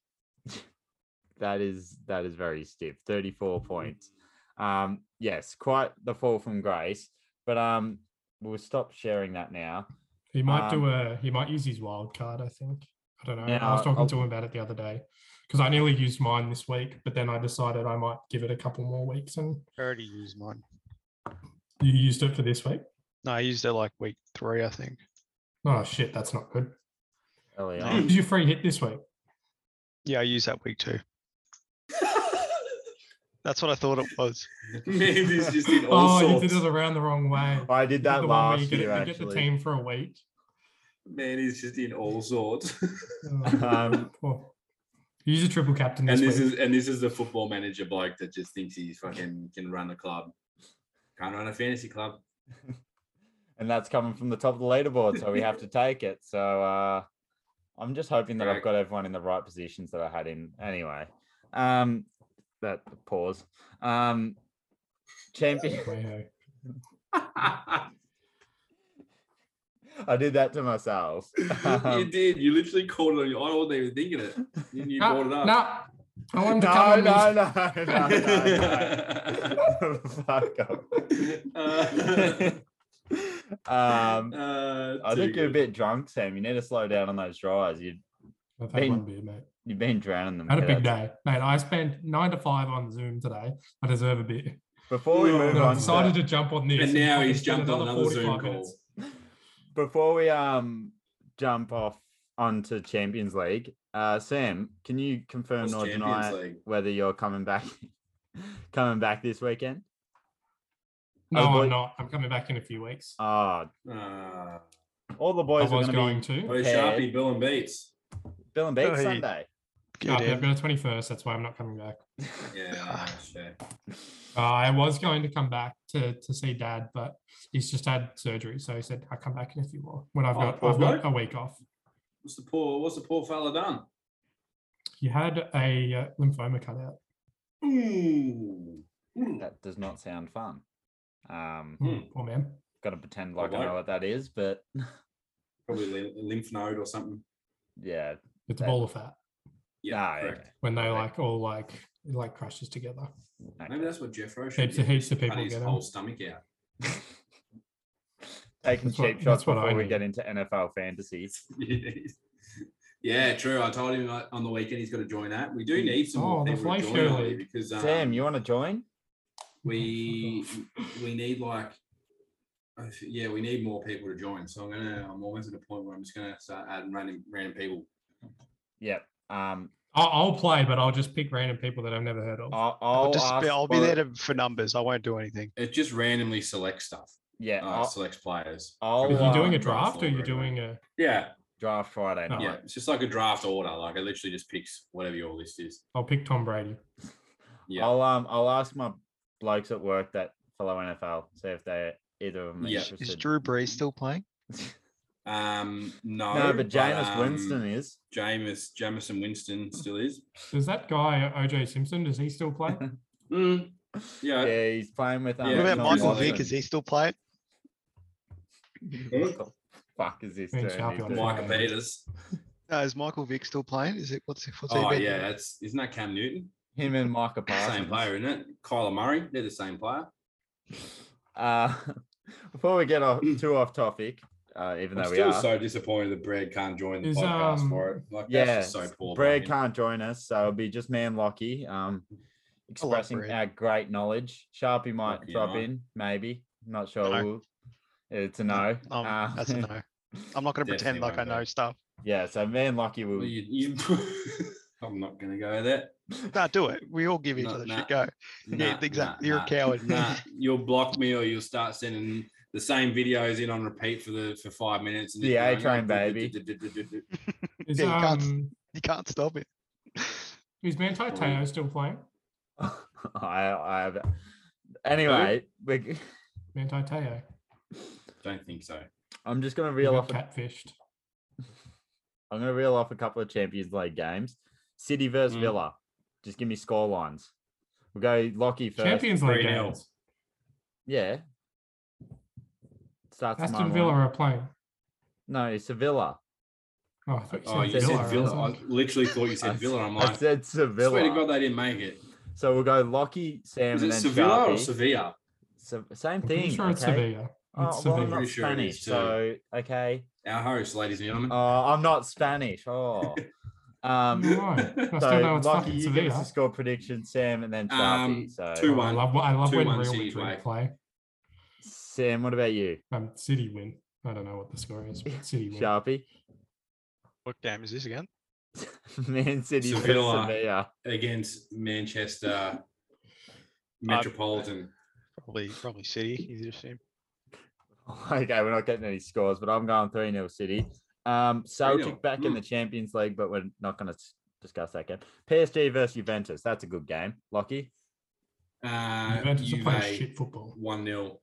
that is that is very stiff. Thirty-four points. Um, yes, quite the fall from grace. But um, we'll stop sharing that now. He might do Um, a he might use his wild card, I think. I don't know. I Yeah, was talking I'll- to him about it the other day because I nearly used mine this week, but then I decided I might give it a couple more weeks and I already used mine. you used it for this week. No, I used it like week three, I think. Oh shit, that's not good. Early on. Did you free hit this week? Yeah, I used that week too. That's what I thought it was. Man, this just did all Oh, you sorts. did it around the wrong way. You I did did that the one where you last get, it- year you get the actually. team for a week. Man, he's just in all sorts. Oh, Um, poor. You use a triple captain and this, this week. is and this is the football manager bloke that just thinks he's fucking can run a club. Can't run a fantasy club. and that's coming from the top of the leaderboard, so we have to take it. So uh, I'm just hoping that I've Correct. got everyone in the right positions that I had in anyway. Um, that pause. Um, champion. Way ho. I I did that to myself. you Um, did. You literally called it on your. I wasn't even thinking it. You, you No, brought it up. no. I want him to no, come no, on no, no, no, no. Fuck off. Uh, Um, uh, I too think you're a good. bit drunk, Sam. You need to slow down on those drives. You me. I've had Been- one beer, mate. you've been drowning them. Had a Yeah, big that's- day, mate. I spent nine to five on Zoom today. I deserve a beer. Before we Oh, move But I've on, decided to, to jump on this. And now fucking he's spend jumped on another Zoom 45 call. before we um jump off onto Champions League, uh, Sam, can you confirm What's or Champions deny League? whether you're coming back, coming back this weekend? No, Oh, boy. I'm not. I'm coming back in a few weeks. Ah, Uh, all the I boys are was gonna going be to. well, Head. Sharpie, Bill and Beats. Bill and Beats Oh, hey. Sunday. No, Get I've in. got a 21st. Uh, That's why I'm not coming back. Yeah. sure. Uh, I was going to come back to to see Dad, but he's just had surgery, so he said I will come back in a few more when I've Oh, got poor I've got bloke. a week off. What's the poor? What's the poor fella done? He had a uh, lymphoma cut out. Ooh. Ooh. That does not sound fun. Um, Mm, Poor man. got to pretend Well, like I know why- what that is, but Probably a lymph node or something. yeah, It's a That- ball of fat no, Yeah. correct. when they Okay. like all like it like crushes together. okay. Maybe that's what Jeffro should Heaps of do. heaps of Cut people his get them. whole stomach out. taking That's what- cheap that's shots what I before we need. get into NFL fantasy. yeah, true. I told him like, on the weekend he's got to join that. We do need some Oh, more the people to Fly join Show Ollie, League. because um, Sam, you want to join? we Fuck we need like I th- yeah we need more people to join so i'm gonna i'm almost at a point where i'm just gonna start adding random random people Yep. Um, I'll, I'll play, but I'll just pick random people that I've never heard of. I'll, I'll, I'll just be, ask I'll be for- there to, for numbers. I won't do anything. it just randomly select stuff Yeah, uh, I'll, selects players I'll, um, Are From, If you uh, Well, doing a draft draft or are you order, anyway. doing a? Oh, yeah draft Friday night. yeah it's just like a draft order like it literally just picks whatever your list is I'll pick Tom Brady. yeah I'll um, I'll ask my blokes at work that follow NFL, see if they either of them are Yeah. Is Is interested. Drew Brees still playing? um no no, but Janus Winston um, is. Jameis Jamison Winston still is Does that guy OJ Simpson? Does he still play? Mm, yeah, Yeah, he's playing with. Um, Yeah, what about Tom Michael Watson. Vick? Is he still playing? Eh? What the fuck is this? Thanks, turn Sharpie, into? I'm Michael Peters No, is Michael Vick still playing? Is it what's what's he oh been yeah doing? that's isn't that Cam Newton Him and Micah Parsons. same player isn't it Kyler Murray they're the same player Uh, before we get off too off topic, uh, even Mm. I'm though we still are, so disappointed that Brad can't join the Is, podcast um, for it. Like, yeah, that's just so poor. by Brad him. can't join us, so it'll be just me and Lockie, um, expressing Brad. our great knowledge. Sharpie might Lockie and drop I. in, maybe. Not sure. No. We'll, it's a no. Um, Uh, that's a no. I'm not going to pretend ah. Definitely like I won't go. know stuff. yeah, so me and Lockie will. Well, you- you- I'm not going to go there. Nah, do it. We all give each No, other nah. shit go. Nah, yeah, exactly. nah, You're nah, a coward. Nah, you'll block me or you'll start sending the same videos in on repeat for the for five minutes. The you're A going, train, "Duh, duh, baby." duh, duh, duh, duh, duh, duh." Is Yeah, you can't- um You can't stop it. is Manti Te'o still playing? I, I have. Anyway, we, Manti Te'o. Don't think so. I'm just gonna He reel got off. A, catfished. I'm gonna reel off a couple of Champions League games. City versus Mm. Villa. Just give me score lines. We'll go Lockie first. Champions League 3-0. games. Yeah. Starts tomorrow Aston morning. Villa are playing. No, Sevilla. Oh, I thought you said, Oh, you Villa. said I Villa. was like, I literally thought you I said Villa. I'm I like, said I swear to Sevilla. God, they didn't make it. So we'll go Lockie, Sam, Is and it then Sevilla or Sharpie. Sevilla? Se- same I'm thing. pretty sure it's okay? Sevilla. Oh, It's well, I'm Sevilla. not Pretty sure it Spanish, is so okay. Our host, ladies and gentlemen. Oh, I'm not Spanish. Oh, um, No, I still so know it's Lockie, fucking you give us Sevilla. a score prediction, Sam, and then Sharpie. Um, so Oh, two- I one. love, I love Two when one Real City's Madrid way. play. Sam, what about you, Um, City win. I don't know what the score is, but City win. Sharpie? What game is this again? Man City versus Sevilla. Sevilla. Against Uh, Manchester Metropolitan. Probably probably City. You just assume. Okay, we're not getting any scores, but I'm going three 0 City. Um, nil, Celtic back in mm. the Champions League, but we're not going to discuss that game. PSG versus Juventus. That's a good game, Lockie. Uh, Juventus are playing Juve shit football. 1 0.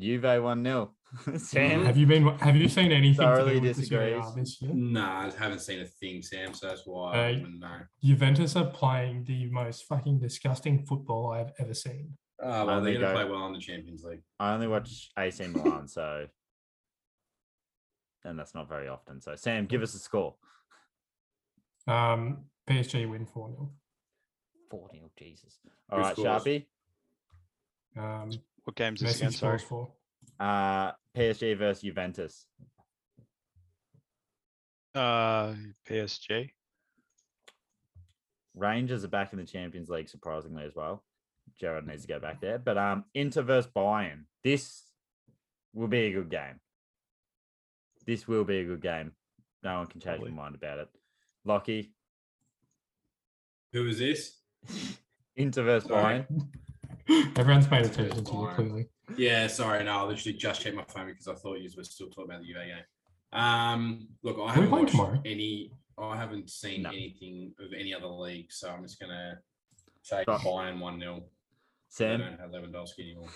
Juve one 0 Sam. Have you been? Have you seen anything to Thoroughly do with the Serie A disagrees. this year? Nah, I haven't seen a thing, Sam. So that's why I Hey. wouldn't know. Juventus are playing the most fucking disgusting football I've ever seen. Oh well, there they're you gonna go. play well in the Champions League. I only watch AC Milan, so and that's not very often. So Sam, give us a score. Um, PSG win 4 0. Four nil, Jesus. All Who right, scores? Sharpie. Um, What games is Messi again? Sorry. scores 4. Uh, PSG versus Juventus. Uh, PSG. Rangers are back in the Champions League, surprisingly as well. Jared needs to go back there, but um, Inter versus Bayern. This will be a good game. This will be a good game. No one can change their Probably. mind about it. Lockie, Who is this? Inter versus Sorry. Bayern. Everyone's paid attention to you, Fine. clearly. Yeah, sorry. No, I literally just checked my phone because I thought you were still talking about the UA game. Um, look, I haven't playing watched tomorrow? any. I haven't seen No. anything of any other league, so I'm just gonna say Stop. Bayern one 0 They Sam, don't have Lewandowski anymore.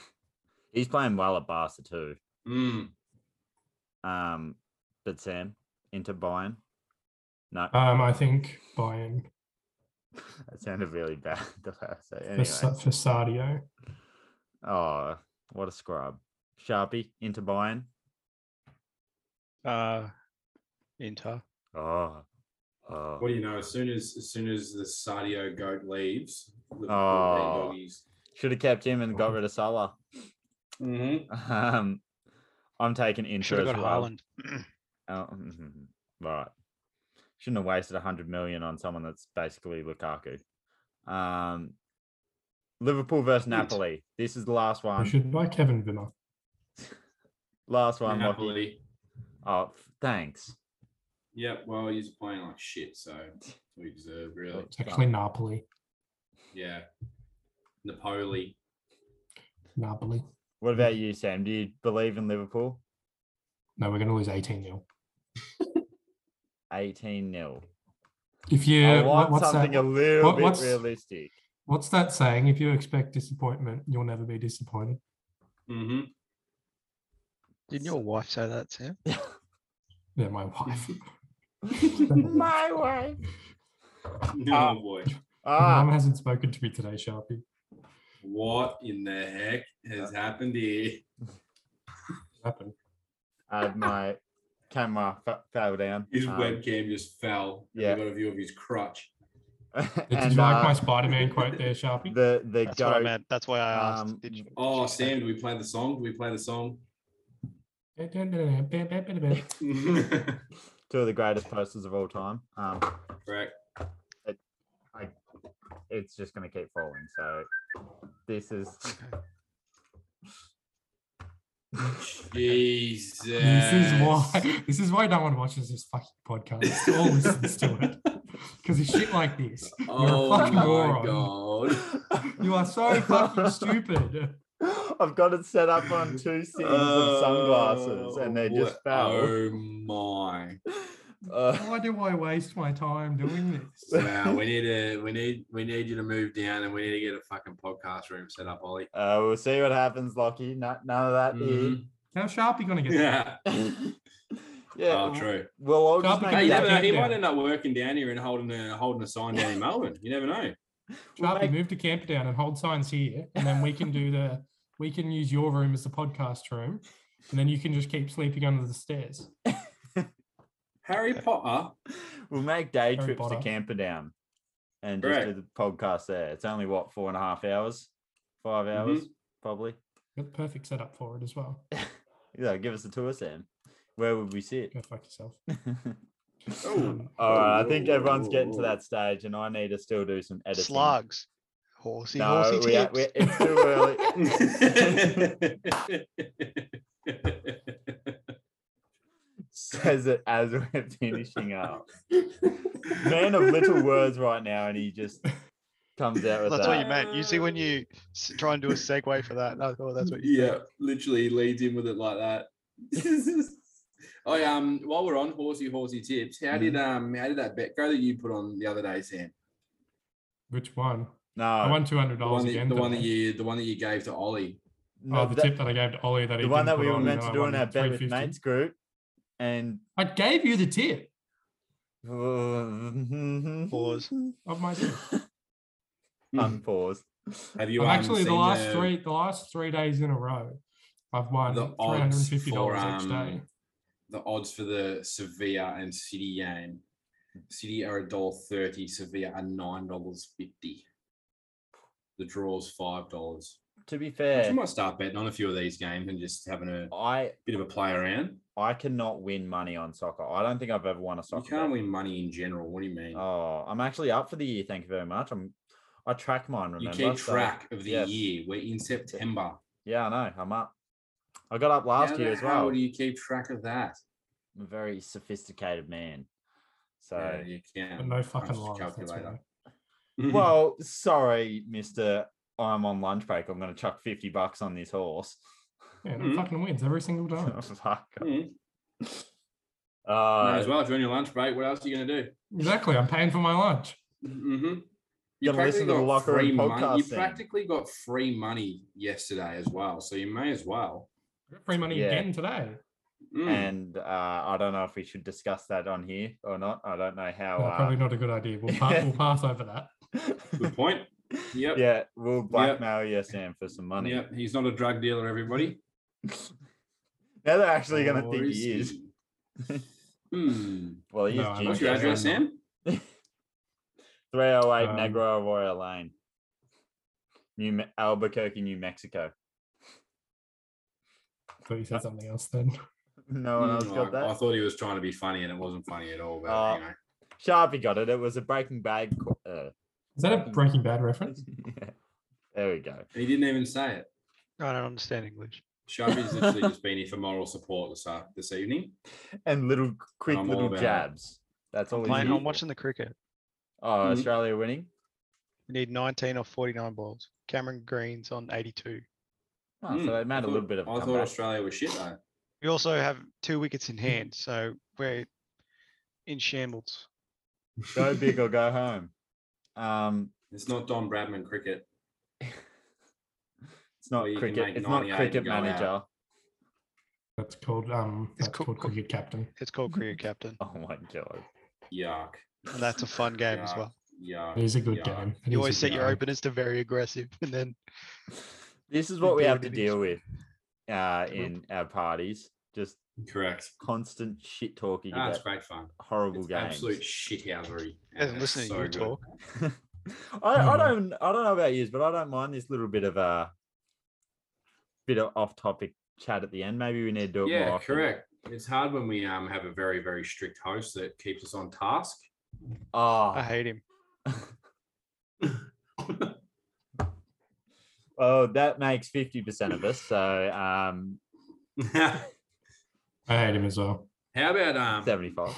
he's playing well at Barca too. Mm, Um, but Sam, Inter Bayern. No, Um, I think Bayern that sounded really bad. the first- So for, anyway, Sa- for Sadio. oh, what a scrub. Sharpie, Inter Bayern. Uh, Inter. Oh, oh. what do you know? As soon as as soon as the Sadio goat leaves, Liverpool, they Oh. doggies. Should have kept him and got rid of Salah. Mhm. Um, I'm taking Inter Should have as got well. Haaland. Oh, mhm. right. Shouldn't have wasted 100 million on someone that's basically Lukaku. Um, Liverpool versus Napoli. This is the last We one. should buy Kevin Vimmer. Last one. Lockie. Napoli. Oh, f- thanks. Yep. Well, he's playing like shit, so we deserve really. It's actually Napoli. Yeah. Napoli. Napoli. What about you, Sam? Do you believe in Liverpool? No, we're going to lose 18 0. 18 nil. If you, I what- want what's something that? a little what- bit what's- realistic. What's that saying? If you expect disappointment, you'll never be disappointed. hmm Didn't your wife say that, Sam? Yeah, my wife. My way. No Uh, Ah. Oh, boy. My Ah, Mum hasn't spoken to me today, Sharpie. What in the heck has happened here? Happened. I had my camera fa- fell down. His um, webcam just fell. and yeah. We got a view of his crutch. Did and, you like my uh, Spider-Man quote there, Sharpie? the the That's what I goat. meant. That's why I asked. um, Did you, Oh, she say- Sam, do we play the song? Do we play the song? Two of the greatest posters of all time. Um, Correct. it's just gonna keep falling. So this is Jesus. This is why. This is why no one watches this fucking podcast or listens to it because it's shit like this. Oh my fucking god. You are so fucking stupid. I've got it set up on two scenes of sunglasses, and they just Oh, fell. Oh my. Uh, Why do I waste my time doing this? Wow, we need to we need we need you to move down and we need to get a fucking podcast room set up, Ollie. uh, we'll see what happens, Lockie. No, none of that here. Mhm. How's Sharpie gonna get? Yeah. yeah, Mm-hmm. Oh, w- true. We'll all just make Sharpie can Hey, you Yeah, never know. He yeah. might end up working down here and holding a holding a sign down in Melbourne. You never know. Sharpie, make- move to Camperdown and hold signs here, and then we can do the. We can use your room as the podcast room, and then you can just keep sleeping under the stairs. Harry Potter. We'll make day Harry trips Potter. to Camperdown and just do Correct. the podcast there. It's only what four and a half hours, five Mhm. hours probably. Got the perfect setup for it as well. Yeah, give us a tour, Sam. Where would we sit? Go fuck yourself. Um, Oh, All right, I think Ooh, everyone's getting to ooh. that stage, and I need to still do some editing. Slugs. Horsey, No, horsey we, ha- tips. we, it's too early. Says it as we're finishing up. Man of little words right now, and he just comes out with That's that. what you meant. You see when you s- try and do a segue for that, and I thought that's what you yeah, literally leads in with it like that. oh, yeah, um, while we're on horsey horsey tips, how did Mm-hmm. um how did that bet go that you put on the other day, Sam? Which one? no, I won two hundred Uh, The dollars one, that, again. the one today. that you the one that you gave to Ollie. no, Oh, the that- tip that I gave to Ollie that he the one didn't that put we were on, meant and to I do in won our bet with 350. mates group, and I gave you the tip Uh, Pause. of my. tip. Unpause. Have you I've um, actually the seen last three the last three days in a row, I've won the three hundred and odds fifty for dollars each um, day. the odds for the Sevilla and City game. City are a dollar thirty. Sevilla are nine dollars fifty. The draw's five dollars. To be You fair, might start betting on a few of these games and just having a I bit of a play around. I cannot win money on soccer. I don't think I've ever won a You soccer. can't bet. win money in general. What do you mean? Oh, I'm actually up for the year. Thank you very much. I'm I track mine. you Remember, keep so- track of the yes. year. We're in September. yeah, I know. I'm up. I got up last How year the as hell well. do you keep track of that? I'm a very sophisticated man. So Yeah, you But can. no fucking punch the lines. that's calculator. why. Well, sorry, Mister. I'm on lunch break. I'm going to chuck fifty bucks on this horse. Yeah, Mhm. it fucking wins every single time. Fuck. Mhm. Might Uh, as well during your lunch break. What else are you going to do? exactly. I'm paying for my lunch. Mm-hmm. Gotta listen to the locker room podcast money. You then. practically got free money yesterday as well, so you may as well. Free money Yeah. again today. Mm. and uh, I don't know if we should discuss that on here or not. I don't know Oh, how. No, uh, probably not a good idea. We'll, pa- we'll pass over that. Good point. Yep. Yeah, we'll blackmail you, Sam, for some money. Yep. He's not a drug dealer, everybody. Now they're actually going to Or think he is. he? Hmm. Well, he No, I'm is What's not ginger. sure. your address, Sam? 308 Um, Negro Arroyo Lane, New Me- Albuquerque, New Mexico. I thought you said something else then. No one else Mm, got I, I that. thought he was trying to be funny, and it wasn't funny at all. But Uh, you know, Sharpie got it. It was a Breaking Bad. qu- Uh, Is that a Breaking Bad reference? There we go. he didn't even say it. I don't understand English. Sharpie's literally just been here for moral support this uh, this evening. And little quick I'm all little about it. jabs. That's all. he's Playing, here I'm for. watching the cricket. Oh, Mhm. Australia winning. You need 19 or 49 balls. Cameron Green's on 82. Oh, Mm, So they I made a thought- little bit of. a I thought comeback. Australia was shit though. We also have two wickets in hand, so we're in shambles. go big or go home. Um, It's not Don Bradman cricket. it's not Or you can cricket. make It's not 98 and cricket go out. manager. That's called um. It's That's cool- called Cricket Captain. It's called Career Captain, Oh my god. Yuck. and that's a fun game as Yeah. well. Yuck. It is a good yuck. game. It is You a always set good your game. openers to very aggressive, and then This is We what we do have it to in deal with uh, Cool. in our parties. Just Correct. constant shit talking Ah, it's about great fun. horrible It's games. absolute shithousery. and and it's listening so to you good. talk. I, I Mhm. Hmm. don't I don't know about you, but I don't mind this little bit of a bit of off topic chat at the end. Maybe we need to do it more Yeah, often. correct. It's hard when we um have a very very strict host that keeps us on task. Oh, I hate him. well, oh, that makes fifty percent of us. So um, How I hate him as well. about um seventy-five.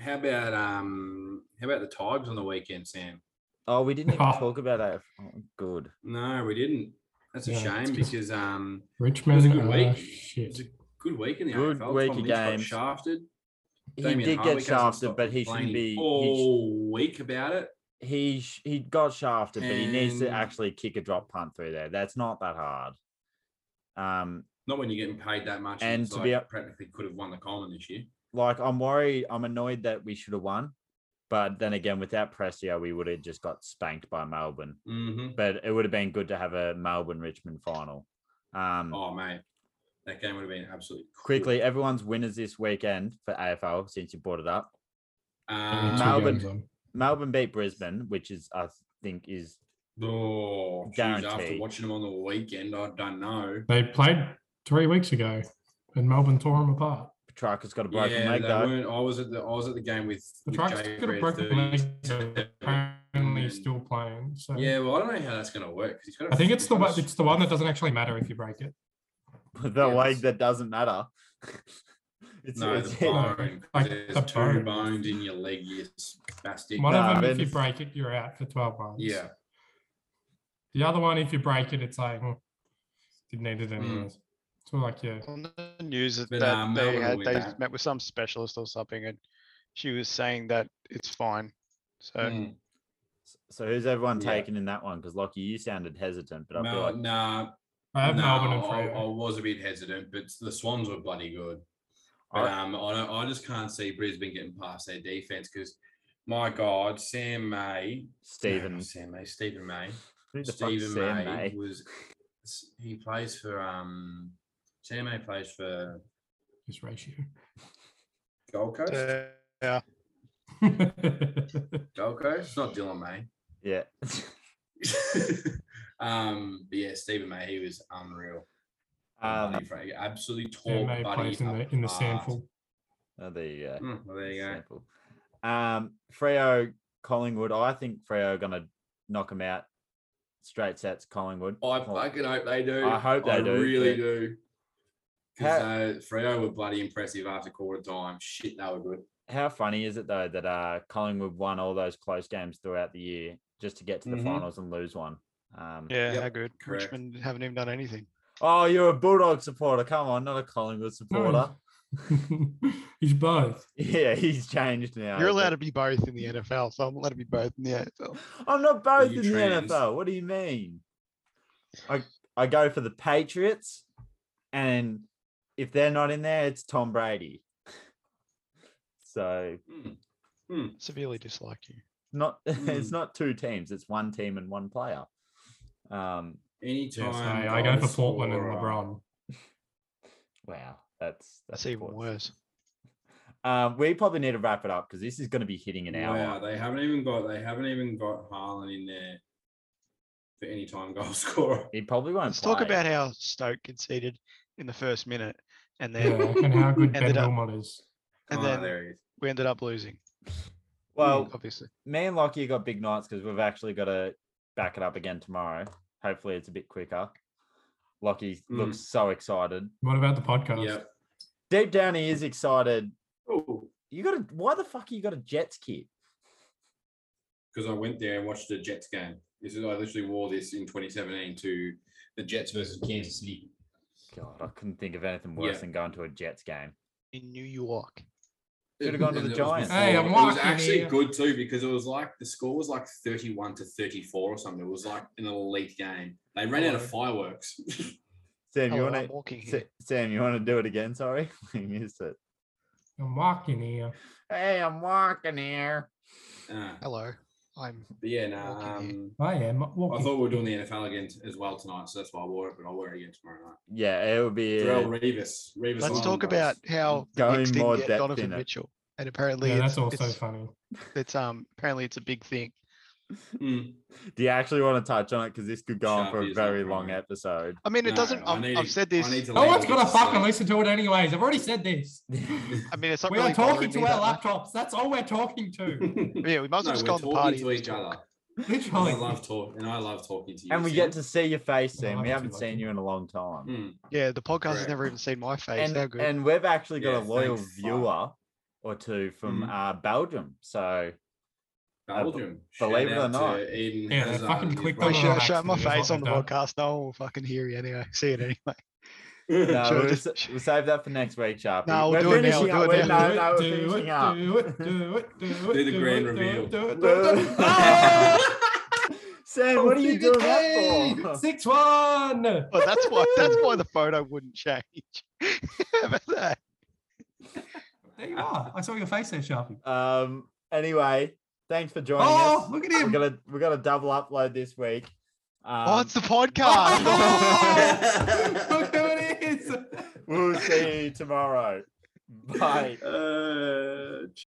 How about um how about the Tigers on the weekend, Sam? oh, we didn't even Oh. talk about that. Oh, good. No, we didn't. That's a Yeah, shame it's just- because um Richmond. good uh, week. Shit. it's a good week in the Oh, Good AFL. week of Tom Lynch got games. shafted. he Damien oh, did Harwick get hasn't shafted, stopped but he shouldn't complaining Oh. be. He, all week about it. sh- he sh- he got shafted, but he needs to And- actually kick a drop punt through there. That's not that hard. Um, Not when you're getting paid that much. And it's to be like up- practically could have won the Coleman this year. like I'm worried. I'm annoyed that we should have won, but then again, without Prestia, we would have just got spanked by Melbourne. hmm But it would have been good to have a Melbourne Richmond final. Um, Oh mate, that game would have been absolutely quickly, everyone's winners this weekend for AFL since you brought it up. Uh, Only two Um, Melbourne- games on. Melbourne beat Brisbane, which is I think is oh, geez, after Guaranteed. watching them on the weekend, I don't know. They played three weeks ago, and Melbourne tore them apart. Petrarca's got a broken leg they though. weren't- I was at the I was at the game with, The with Dragons Jay could have Redd broken legs. thirty- Apparently, and- still playing. So Yeah, well, I don't know how that's going to work. 'cause he's got a- I think it's he's the got a one. It's the one that doesn't actually matter if you break it. the Yeah, leg it's- that doesn't matter. it's, No, it's- the bone. 'cause Like the There's two bone. bones in your leg, you spastic. One Nah, of them, man, if you it's- break it, you're out for twelve months. yeah, The other one, if you break it, it's like "Hmm, didn't need it Hmm. anyways. It's all like yeah. On the news that, But, that um, they Melbourne had, will they win that. met with some specialist or something, and she was saying that it's fine. So Hmm. Mm. so who's everyone Yeah. taking in that one? Because Lockie, you sounded hesitant, but I feel Mel, like nah, I have nah, Melbourne and I, I Freo. was a bit hesitant, but the Swans were bloody good. But I, um, I, don't, I just can't see Brisbane getting past their defense because, my God, Sam May, no, Stephen. not Sam May, Stephen May, Who the fuck's Stephen Sam May, May? was he plays for um, Sam May plays for His ratio. Gold Coast. Uh, Gold Coast. Not Dylan May. Yeah. um, but yeah, Stephen May, he was unreal. Um, Buddy Frank, absolutely tall. Who may buddy plays in up the in the arse. sandful. oh, there you go. Mm, well, there you go. Simple. Um, Freo Collingwood. I think Freo are gonna knock him out. Straight sets Collingwood. Oh, I Well, fucking hope they do. Oh. I hope they do, really but- do. Because How- uh, Freo were bloody impressive after quarter time. Shit, they were good. How funny is it though that uh, Collingwood won all those close games throughout the year just to get to the Mhm. finals and lose one? Um, yeah, Yep, how good. correct. Richmond haven't even done anything. Oh, you're a Bulldog supporter. Come on, not a Mm. Collingwood supporter. He's both. Yeah, he's changed now. You're is allowed it? to be both in the NFL, so I'm allowed to be both in the NFL. Hmm. I'm not both in you the trans? NFL. What do you mean? I I go for the Patriots, and if they're not in there, it's Tom Brady. So Mm. Severely dislike you. not it's Mm. not two teams. It's one team and one player. Um. Anytime. Yes, Oh, I, I go goal for Portland and scorer- LeBron. Wow, that's That's even coarse. worse. Um, we probably need to wrap it up because this is going to be hitting an hour. Wow, they haven't even got they haven't even got Harlan in there for any time goal scorer. He probably won't. Let's talk play. about how Stoke conceded in the first minute, and Yeah, then and how good Ben Ended up- Wilmot is. and Oh, then there he is. we ended up losing. Well, obviously, me and Lockie got big nights because we've actually got to back it up again tomorrow. Hopefully, it's a bit quicker. Lockie Mm. looks so excited. What about the podcast? Yep. Deep down, he is excited. Oh, You got to. Why the fuck you got a Jets kit? because I went there and watched the Jets game. This is I literally wore this in 2017 to the Jets versus Kansas City. God, I couldn't think of anything worse Yeah. than going to a Jets game. in New York, Should've gone to And the it was Giants. before- Hey, I'm it was walking actually here. good too because it was like the score was like 31 to 34 or something. It was like an elite game. They ran out of fireworks. Sam, you Hello, want I'm to? walking here. Sam, you want to do it again? Sorry, we missed it. I'm walking here. Hey, I'm walking here. Uh, but Hello, I'm yeah, no. Walking here. um, I am I walking. thought we were doing the NFL again t- as well tonight, so that's why I wore it, but I'll wear it again tomorrow night. Yeah, it would be. Darrell uh, Revis. Revis Let's Island talk guys. about how the Going Knicks didn't more get depth Donovan in it. Mitchell, and apparently yeah, it's, that's also it's, funny. it's um apparently it's a big thing. Mm, Do you actually want to touch on it? Because this could go on for Sharpie a is not very long right. episode. I mean, it No, doesn't. I I've, need I've to- said I this. I, need to No leave one's and gonna get to Oh, fucking sleep. listen to it anyways. I've already said this. mean, it's not we really are talking bothering to me our that laptops. That's all we're talking to. much. Yeah, we might as well No, just we're go on the talking party. to and just each talk. other. I Literally. love talk, and I love talking to you. And we get to see your face, No, Sam. We I'm haven't too seen lucky. you in a long time. Mm, Yeah, the podcast has Correct. never even seen my face. and, How good. and we've actually got Yeah, a loyal thanks, fuck. viewer or two from Mhm. Mm-hmm. uh, Belgium. So Uh, b- Belgium. believe it Shout or out to not. Eden Yeah, they Hazard fucking and his clicked I on brother. it. show, Relax, show my dude, that's face what on the we've done. podcast. No one will fucking hear you anyway. See it anyway. no, Sure, uh, we'll, just- s- we'll save that for next week, Sharpie. No, we'll We're do it now, finishing we'll up. do it We're- Do now. No, no, we're finishing up. it, do it, do it, do it, do it, Do the do grand it, do it, reveal. do it, do it, do it. Ah! Sam, what are you doing that Hey, for? Six one. Well, that's why. That's why the photo wouldn't change. How about that? There you are. I saw your face there, Sharpie. Um. Anyway, thanks for joining Oh, us. look at We're him. gonna we're gonna double upload this week. Um, oh, it's the podcast. Look who it is. Um, we'll see you tomorrow. Bye. Uh,